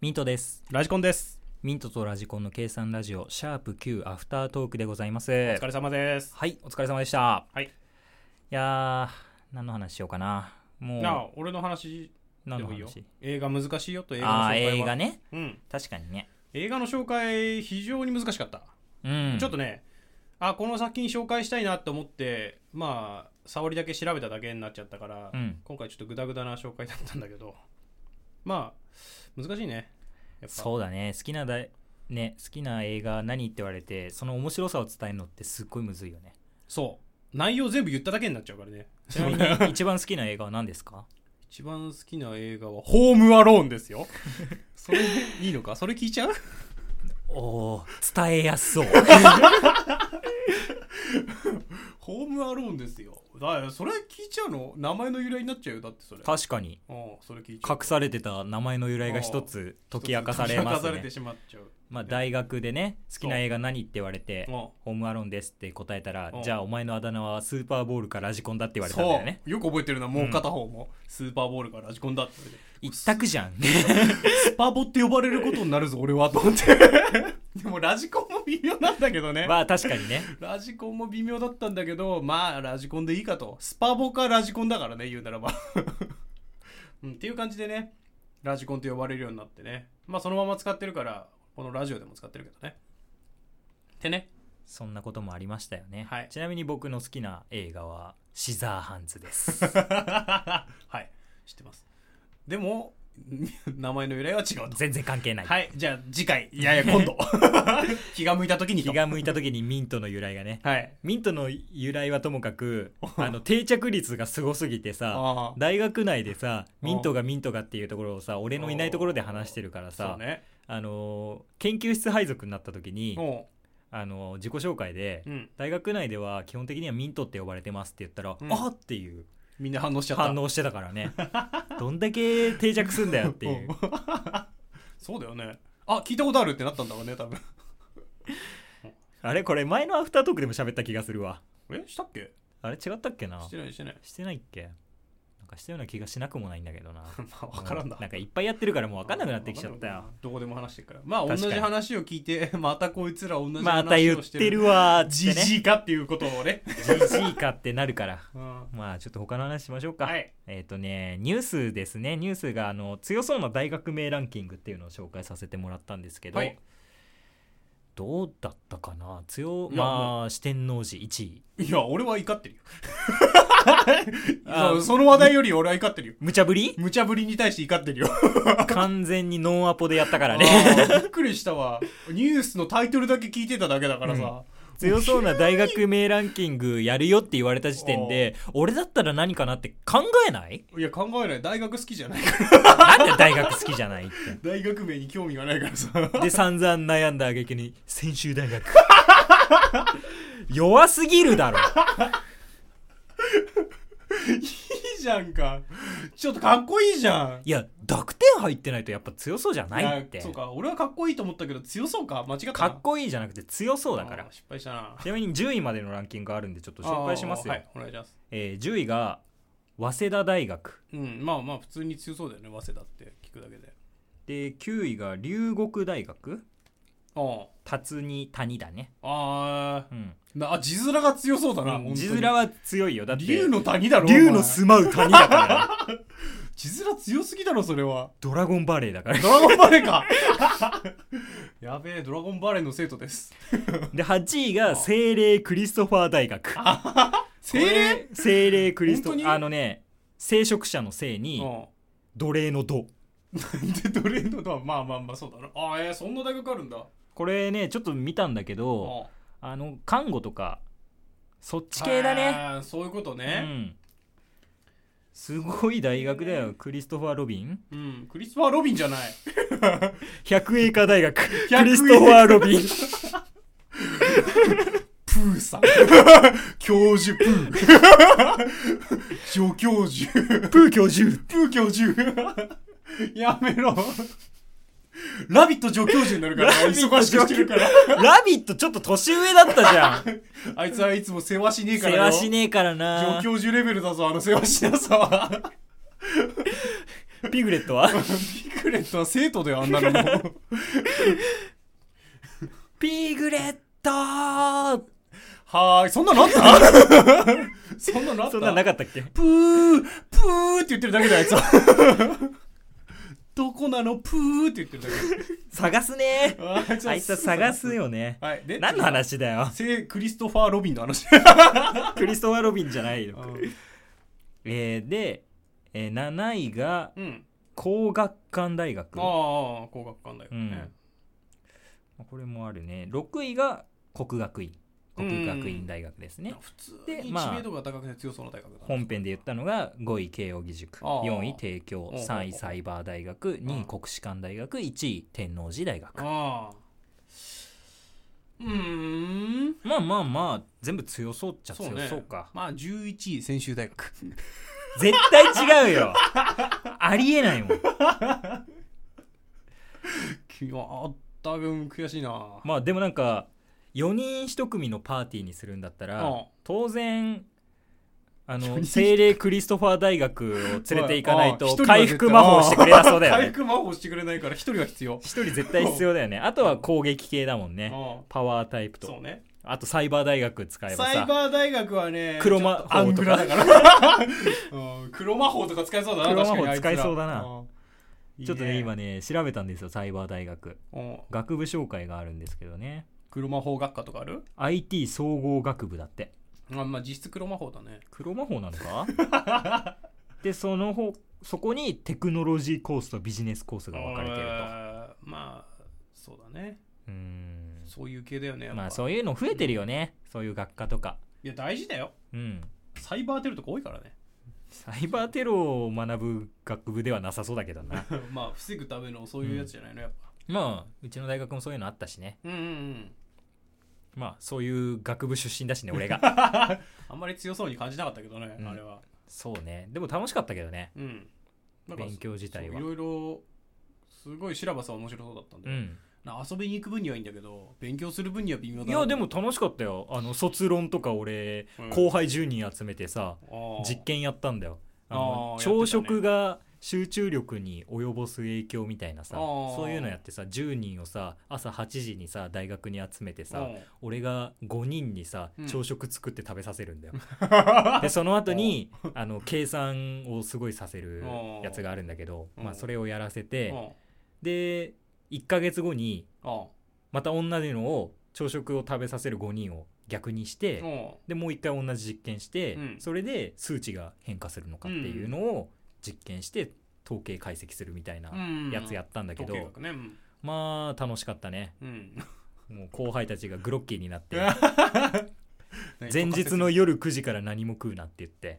ミントです。ラジコンです。ミントとラジコンの計算ラジオ、シャープ Q アフタートークでございます。お疲れ様です。はい、お疲れ様でした。はいいやー、何の話しようかな。もう、なあ、俺の話で何のもいいよ話。映画難しいよと映画の紹あー、介は映画ね。うん。確かにね。映画の紹介、非常に難しかった。うん。ちょっとね、あ、この作品紹介したいなと思って、まあ、触りだけ調べただけになっちゃったから、うん今回ちょっとグダグダな紹介だったんだけど、まあ、難しいね。やっぱそうだね。好きなだい、ね、好きな映画何って言われて、その面白さを伝えるのってすっごいむずいよね。そう。内容全部言っただけになっちゃうからね。ちなみに、 一番好きな映画は何ですか一番好きな映画は、ホームアローンですよ。それ、いいのかそれ聞いちゃうおー、伝えやす そう。ホームアローンですよ。だからそれ聞いちゃうの名前の由来になっちゃうよ。だってそれ。確かに。うん、それ聞いちゃう。隠されてた名前の由来が一つ解き明かされま解き明かすされてね。しまっちゃう。まあ大学でね、好きな映画何って言われてう、ホームアローンですって答えたらう、んじゃあお前のあだ名はスーパーボールかラジコンだって言わん。れたんだよね。そう。よく覚えてるな、もう片方も。スーパーボールからラジコンだって言われて。一択 じゃん。スパボって呼ばれることになるぞ、俺は、と思 って。でもラジコンも微妙なんだけどね。まあ確かにね。ラジコンも微妙だったんだけど、まあ、ラジコンでいいかと。スパボかラジコンだからね、言うならば。 うん、っていう感じでね、ラジコンと呼ばれるようになってね。まあ、そのまま使ってるから、このラジオでも使ってるけどね。ってね。 そんなこともありましたよね。はいちなみに僕の好きな映画は、シザーハンズです。 はい、知ってます。でも、名前の由来は違うと。全然関係ない。はい、じゃあ次回、いやいや今 度。気が向いた時にと気が向いた時にミントの由来がね。はい。ミントの由来はともかく、 あの、定着率がすごすぎてさ、ああ大学内でさミントがミントがっていうところをさ俺のいないところで話してるからそさ、うね。あのー研究室配属になった時に、もあのー自己紹介で、う、うん。大学内では基本的にはミントって呼ばれてますって言ったら、うんあーっていうみんな反応しちゃった。反応してたから ねどんだけ定着すんだよっていうそうだよねあ聞いたことあるってなったんだろうね多分 あれこれ前のアフタートークでも喋った気がするわえしたっけあれ違ったっけなしてないしてない してないっけなんかしたような気がしなくもないんだけどなまあ分からんだなんかいっぱいやってるからもう分かんなくなってきちゃったよどこでも話してるからまあ同確かじに話を聞いて またこいつら同じまた話言っをしててるるわーじってねじいかっていうこと をね、じじいかってなるから。うんまあちょっと他の話しましょうか。はいえっ、とね、ニュースですね。ニュースがあの強そうな大学名ランキングっていうのを紹介させてもらったんですけど、はいどうだったかな強、いやまあ四天王寺1位。いや俺は怒っ てるよあそうその話題より俺は怒ってるよ無茶ぶ り無茶ぶりに対して怒ってるよ完全にノンアポでやったからあね。ーびっくりしたわニュースのタイトルだけ聞いてただけだからさ、 強そうな大学名ランキングやるよって言われた時点で、俺だったら何かなって考えないいや考えない大学好きじゃないからなんで大学好きじゃない って。大学名に興味がないからさで散々悩んだ挙句に専修大 学弱すぎるだろいいじゃんか。ちょっとかっこいいじゃん。いや濁点入ってないとやっぱ強そうじゃないってやそうか。俺はかっこいいと思ったけど強そうか間違ったな。かっこいいじゃなくて強そうだかあらー失敗したな。ちなみに10位までのランキングがあるんでちょっと紹介しますよ、あーはい、お願いします。えー10位が早稲田大学うん、まあまあ普通に強そうだよね、早稲田って聞くだけで。で9位が龍谷大学あー辰に谷だねあうんーなあ、字面が強そうだな、本当に字面は強いよだって竜の谷だろ。竜お前の住まう谷だから 字面強すぎだろ、それは。ドラゴンバレーだ からドラゴンバレ ーか。やべえ、ドラゴンバレーの生徒です。で8位が聖霊クリストファー大学精霊これ精霊クリス本当にトあのね聖職者の聖うにん。奴隷の奴で、奴隷のドア、まあまあまあそうだな。ああ、えー、そんな大学あるんだ。これねちょっと見たんだけどうんあの看護とかそっち系だねあーそういうことうね、んすごい大学だよクリストファー・ロビンうんクリストファー・ロビンじゃない百栄科大学百クリストファー・ロビンプーさん 教授プー 助教授プー教授プー教授 やめろラビット助教授になるからラビット忙しくしてるからラビットちょっと年上だったじゃんあいつはいつも世話しねえから世よ話しねえからな助教授レベルだぞあの世話しなさはピグレットはピクレットは生徒だよあんなのもうピグレットはーいそんなのあった そんなのあったそんなのなかったっけプープーって言ってるだけだよあいつはどこなのプーって言ってるだ探すねけあいつ はあいつは探すよねはいで何の話だ よ聖クリストファー・ロビンの話クリストファー・ロビンじゃないのうえーで、えー7位がん工学館大学ああ工学館だよねこれもあるね6位が国学院国学院大学ですね、普通でに知まあ名度が高くて強そうな大学だな本編で言ったのが5位慶應義塾あー4位帝京うん3位サイバー大学2位国士舘大学1位天王寺大学ああうーんまあまあまあ全部強そうっちゃそ強うねそうかまあ11位専修大学 絶対違うよ ありえないもんきわあったうん悔しいなまあでもなんか4人1組のパーティーにするんだったらうん当然あ4人の一精霊クリストファー大学を連れていかないああと一人は絶対回復魔法してくれなそうだよ回ね復魔法してくれないから一人は必要1人絶対必要だよねあとは攻撃系だもんねああパワータイプとそうねあとサイバー大学使えばサイさバー大学はね黒魔法とかちょっアングラだから うん黒魔法とか使えそうだな黒魔法確かにあいつら使えそうだなんいいちょっとね今ね調べたんですよサイバー大学うん学部紹介があるんですけどね黒魔法学科とかある IT 総合学部だってあまあ実質黒魔法だね黒魔法なのか でそのほそこにテクノロジーコースとビジネスコースが分かれてるとあーまあそうだねうーんそういう系だよねやっぱまあそういうの増えてるよね、そういう学科とかいや大事だようんサイバーテロとか多いからね サイバーテロを学ぶ学部ではなさそうだけどなまあ防ぐためのそういうやつじゃないのやっぱ まあうちの大学もそういうのあったしねうんう んうんまあそういう学部出身 だしね俺があんまり強そうに感じなかったけどね、うんあれはそうねでも楽しかったけどねうんなんか勉強自体はそういろいろすごいシラバスは面白そうだったんで、うんな遊びに行く分にはいいんだけど勉強する分には微妙だいなやでも楽しかったよあの卒論とか俺、うん後輩10人集めてさあー実験やったんだよあのあー朝やってた食ねが集中力に及ぼす影響みたいなさあーそういうのやってさ10人をさ朝8時にさ大学に集めてさうん俺が5人にさうん朝食作って食べさせるんだよ でその後にあの計算をすごいさせるやつがあるんだけどうんまあそれをやらせうんてで1ヶ月後にうんまた同じのを朝食を食べさせる5人を逆にして、うんでもう一回同じ実験して、うんそれで数値が変化するのかっていうのを実験して統計解析するみたいなうんやつやったんだけど、統計学ねうんまあ楽しかったねうんもう後輩たちがグロッキーになって 前前日の夜9時から何も食うなって言って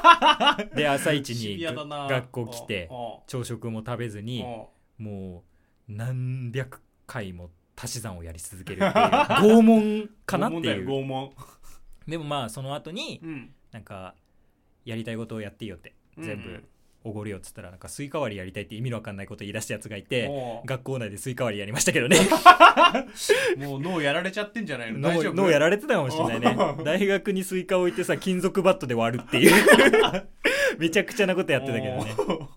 で朝一に学校来て朝食も食べずにもう何百回も足し算をやり続けるってい う拷問かなっていう拷問でもまあその後にうんなんかやりたいことをやっていいよって全う部んおごるよっつったらなんかスイカ割りやりたいって意味のわかんないこと言い出したやつがいても学校内でスイカ割りやりましたけどねうもう脳やられちゃってんじゃないの大丈脳夫脳やられてたかもしれないね大学にスイカ置いてさ金属バットで割るっていう めちゃくちゃなことやってたけどね、 ね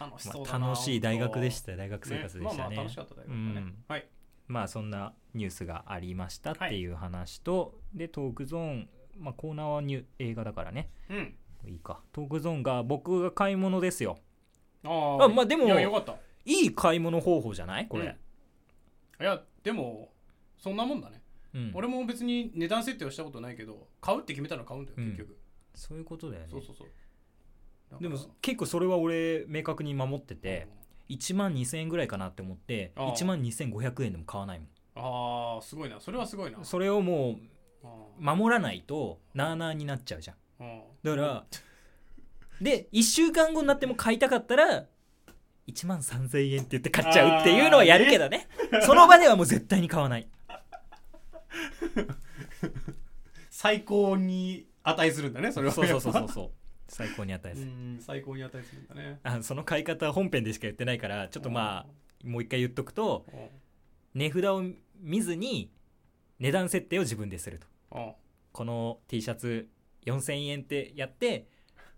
楽しそうまだあ、な楽しい大学でしねたよ大学生活でしまたあまあね楽しかった大学うだねんはいまあそんなニュースがありましたっていう話と、でトークゾーン、まあ、コーナーはニュ映画だからねうんいいかトークゾーンが僕が買い物ですよああまあでもいやよかったいい買い物方法じゃないこれ、いやでもそんなもんだねうん俺も別に値段設定はしたことないけど買うって決めたら買うんだようん結局そういうことだよねそうそうそうだからでも結構それは俺明確に守ってて、1万2000円ぐらいかなって思ってああ1万2500円でも買わないもああすごいなそれはすごいなんそれをもあう守らないとなあなあになっちゃうじゃんーうんだからで1週間後になっても買いたかったら1万3000円って言って買っちゃうっていうのはやるけどねその場ではもう絶対に買わない最高に値するんだね それはそうそうそうそやっうそう最高に値ぱす うる、ん最高に値するんだねあその買い方は本編でしか言ってないからちょっとまあもう一回言っとくとうん値札を見ずに値段設定を自分でするとうんこの T シャツ4000円ってやって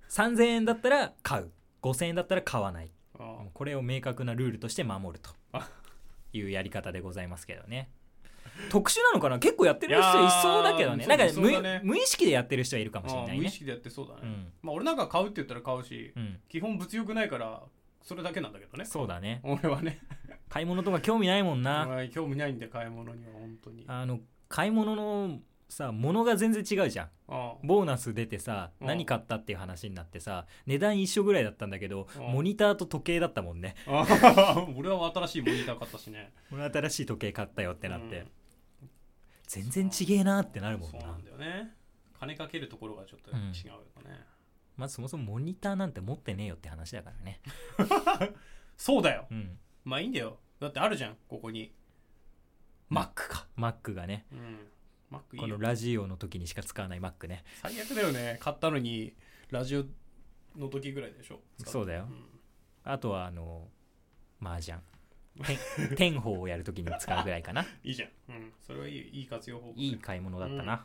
3000円だったら買う5000円だったら買わないあこれを明確なルールとして守るとあいうやり方でございますけどね特殊なのかな結構やってる人いそうだけどねいなやんかーそう無いそうだね無意識でやってる人はいるかもしれあない無意ね識でやってそうだね、うんまあ俺なんか買うって言ったら買うし、うん基本物欲ないからそれだけなんだけどねそうだね俺はね買い物とか興味ないもんな俺は興味ないんで買い物には本当にああの買い物のさ物が全然違うじゃんあボーナス出てさうん何買ったっていう話になってさ値段一緒ぐらいだったんだけどうんモニターと時計だったもんねあ 俺は新しいモニター買ったしね俺新しい時計買ったよってなって、うん全然ちげえなってなるもんそうななんだよね金かけるところがちょっと違うよね、まずそもそもモニターなんて持ってねえよって話だからねそうだようんまあいいんだよだってあるじゃんここに Mac かマックがねうん Mac いこいよのラジオの時にしか使わないマックね最悪だよね買ったのにラジオの時ぐらいでしょそうだだよ、あとはあの麻雀天 天宝をやる時に使うぐらいかないいじゃん、うん、それはいいいい活用方法いい買い物だったな、うん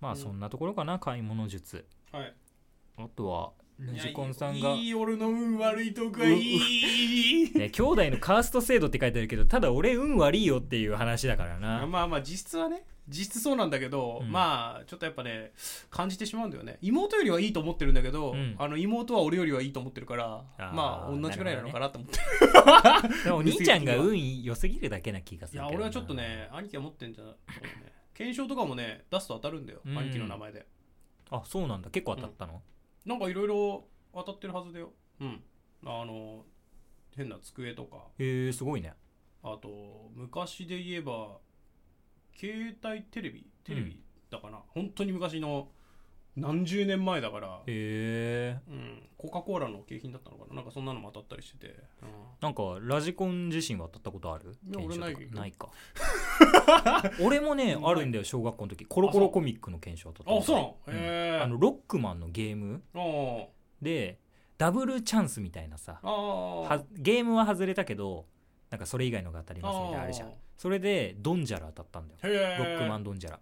まうあんそんなところかな買い物術はいあとはラジコンさんいやがいいいい俺の運悪いとこはいいね、兄弟のカースト制度って書いてあるけどただ俺運悪いよっていう話だからなまあまあ実質はね実質そうなんだけど、うんまあちょっとやっぱね感じてしまうんだよね妹よりはいいと思ってるんだけど、うんあの妹は俺よりはいいと思ってるからあーまあ同じぐらいなのかなと思ってるで もお兄ちゃんが運良すぎるだけな気がするけいどやな俺はちょっとね兄貴が持ってんじゃないそうだね検証とかもね出すと当たるんだよ、うん兄貴の名前であそうなんだ結構当たったの、なんかいろいろ当たってるはずだようんあの変な机とかへえすごいねあと昔で言えば携帯テレビテレビだかな、本当に昔の何十年前だからへえうん、コカ・コーラの景品だったのかななんかそんなのも当たったりしてて、なんかラジコン自身は当たったことあるいや俺ない懸賞とかないか俺もねあるんだよ小学校の時コロコロコミックの検証当たったあそうなのんへえあのロックマンのゲームあでダブルチャンスみたいなさあああはゲームは外れたけどなんかそれ以外のが当たりますみたいなのあるじゃんへそれでドンジャラ当たったんだよえロックマンンドンジャラへ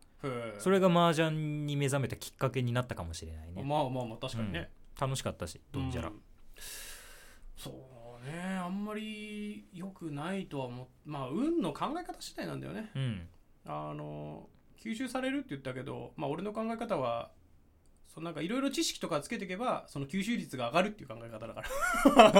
えそれが麻雀に目覚めたきっかけになったかもしれないねまあまあまあ確かにね、楽しかったしドンジャラうんそうねあんまり良くないとは思っまあ運の考え方次第なんだよねうんあの吸収されるって言ったけどまあ俺の考え方はそのなんかいろいろ知識とかつけていけばその吸収率が上がるっていう考え方 だから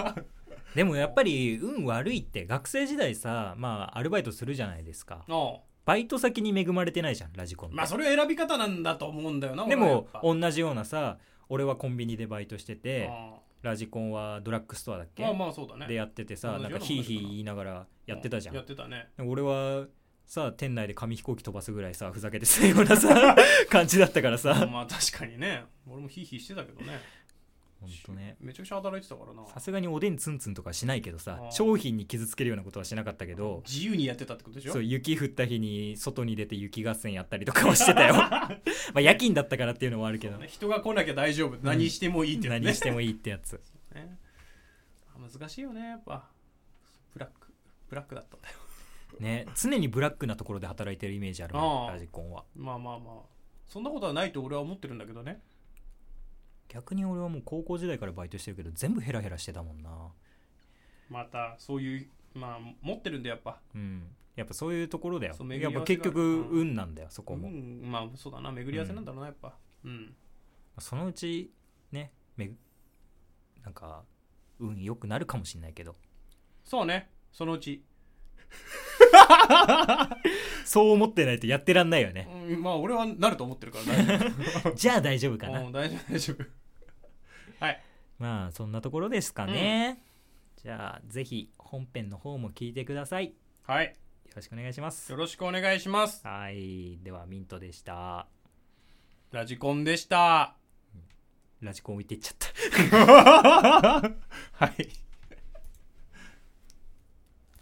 でもやっぱり運悪いって学生時代さまあアルバイトするじゃないですかああバイト先に恵まれてないじゃんラジコンってまあそれは選び方なんだと思うんだよなで俺はやっもぱ同じようなさ俺はコンビニでバイトしててあラジコンはドラッグストアだっあけまあまあそうだねでやっててさな同じんようなもんだけどなかヒーヒー言いながらやってたじゃんうやって たね俺はさ店内で紙飛行機飛ばすぐらいさふざけてたようなさ 感じだったからさまあ確かにね俺もヒーヒーしてたけどね本当ねめちゃくちゃ働いてたからなさすがにおでんツンツンとかしないけどさあー商品に傷つけるようなことはしなかったけど自由にやってたってことでしょそう雪降った日に外に出て雪合戦やったりとかはしてた よまあ夜勤だったからっていうのもあるけど、ね人が来なきゃ大丈夫何してもいいってやつね何してもいいってやつねあ難しいよねやっぱブラックブラックだったんだよね常にブラックなところで働いてるイメージあるもんあーラジコンはまあまあまあそんなことはないと俺は思ってるんだけどね逆に俺はもう高校時代からバイトしてるけど全部ヘラヘラしてたもんなまたそういうまあ持ってるんでやっぱうんやっぱそういうところだよそう巡り合やっわせがぱある結局うん運なんだよそこも、うんまあそうだな巡り合わせなんだろうなやっぱうんそのうちねめぐなんか運良くなるかもしれないけ どそうねそのうちそう思ってないとやってらんないよねうんまあ俺は なると思ってるから大丈夫じゃあ大丈夫かな、うん大丈夫大丈夫まあそんなところですかね、じゃあぜひ本編の方も聞いてくださいよはいろしくお願いしますよろしくお願いしますはいではミントでしたラジコンでしたラジコン置いてっちゃったはい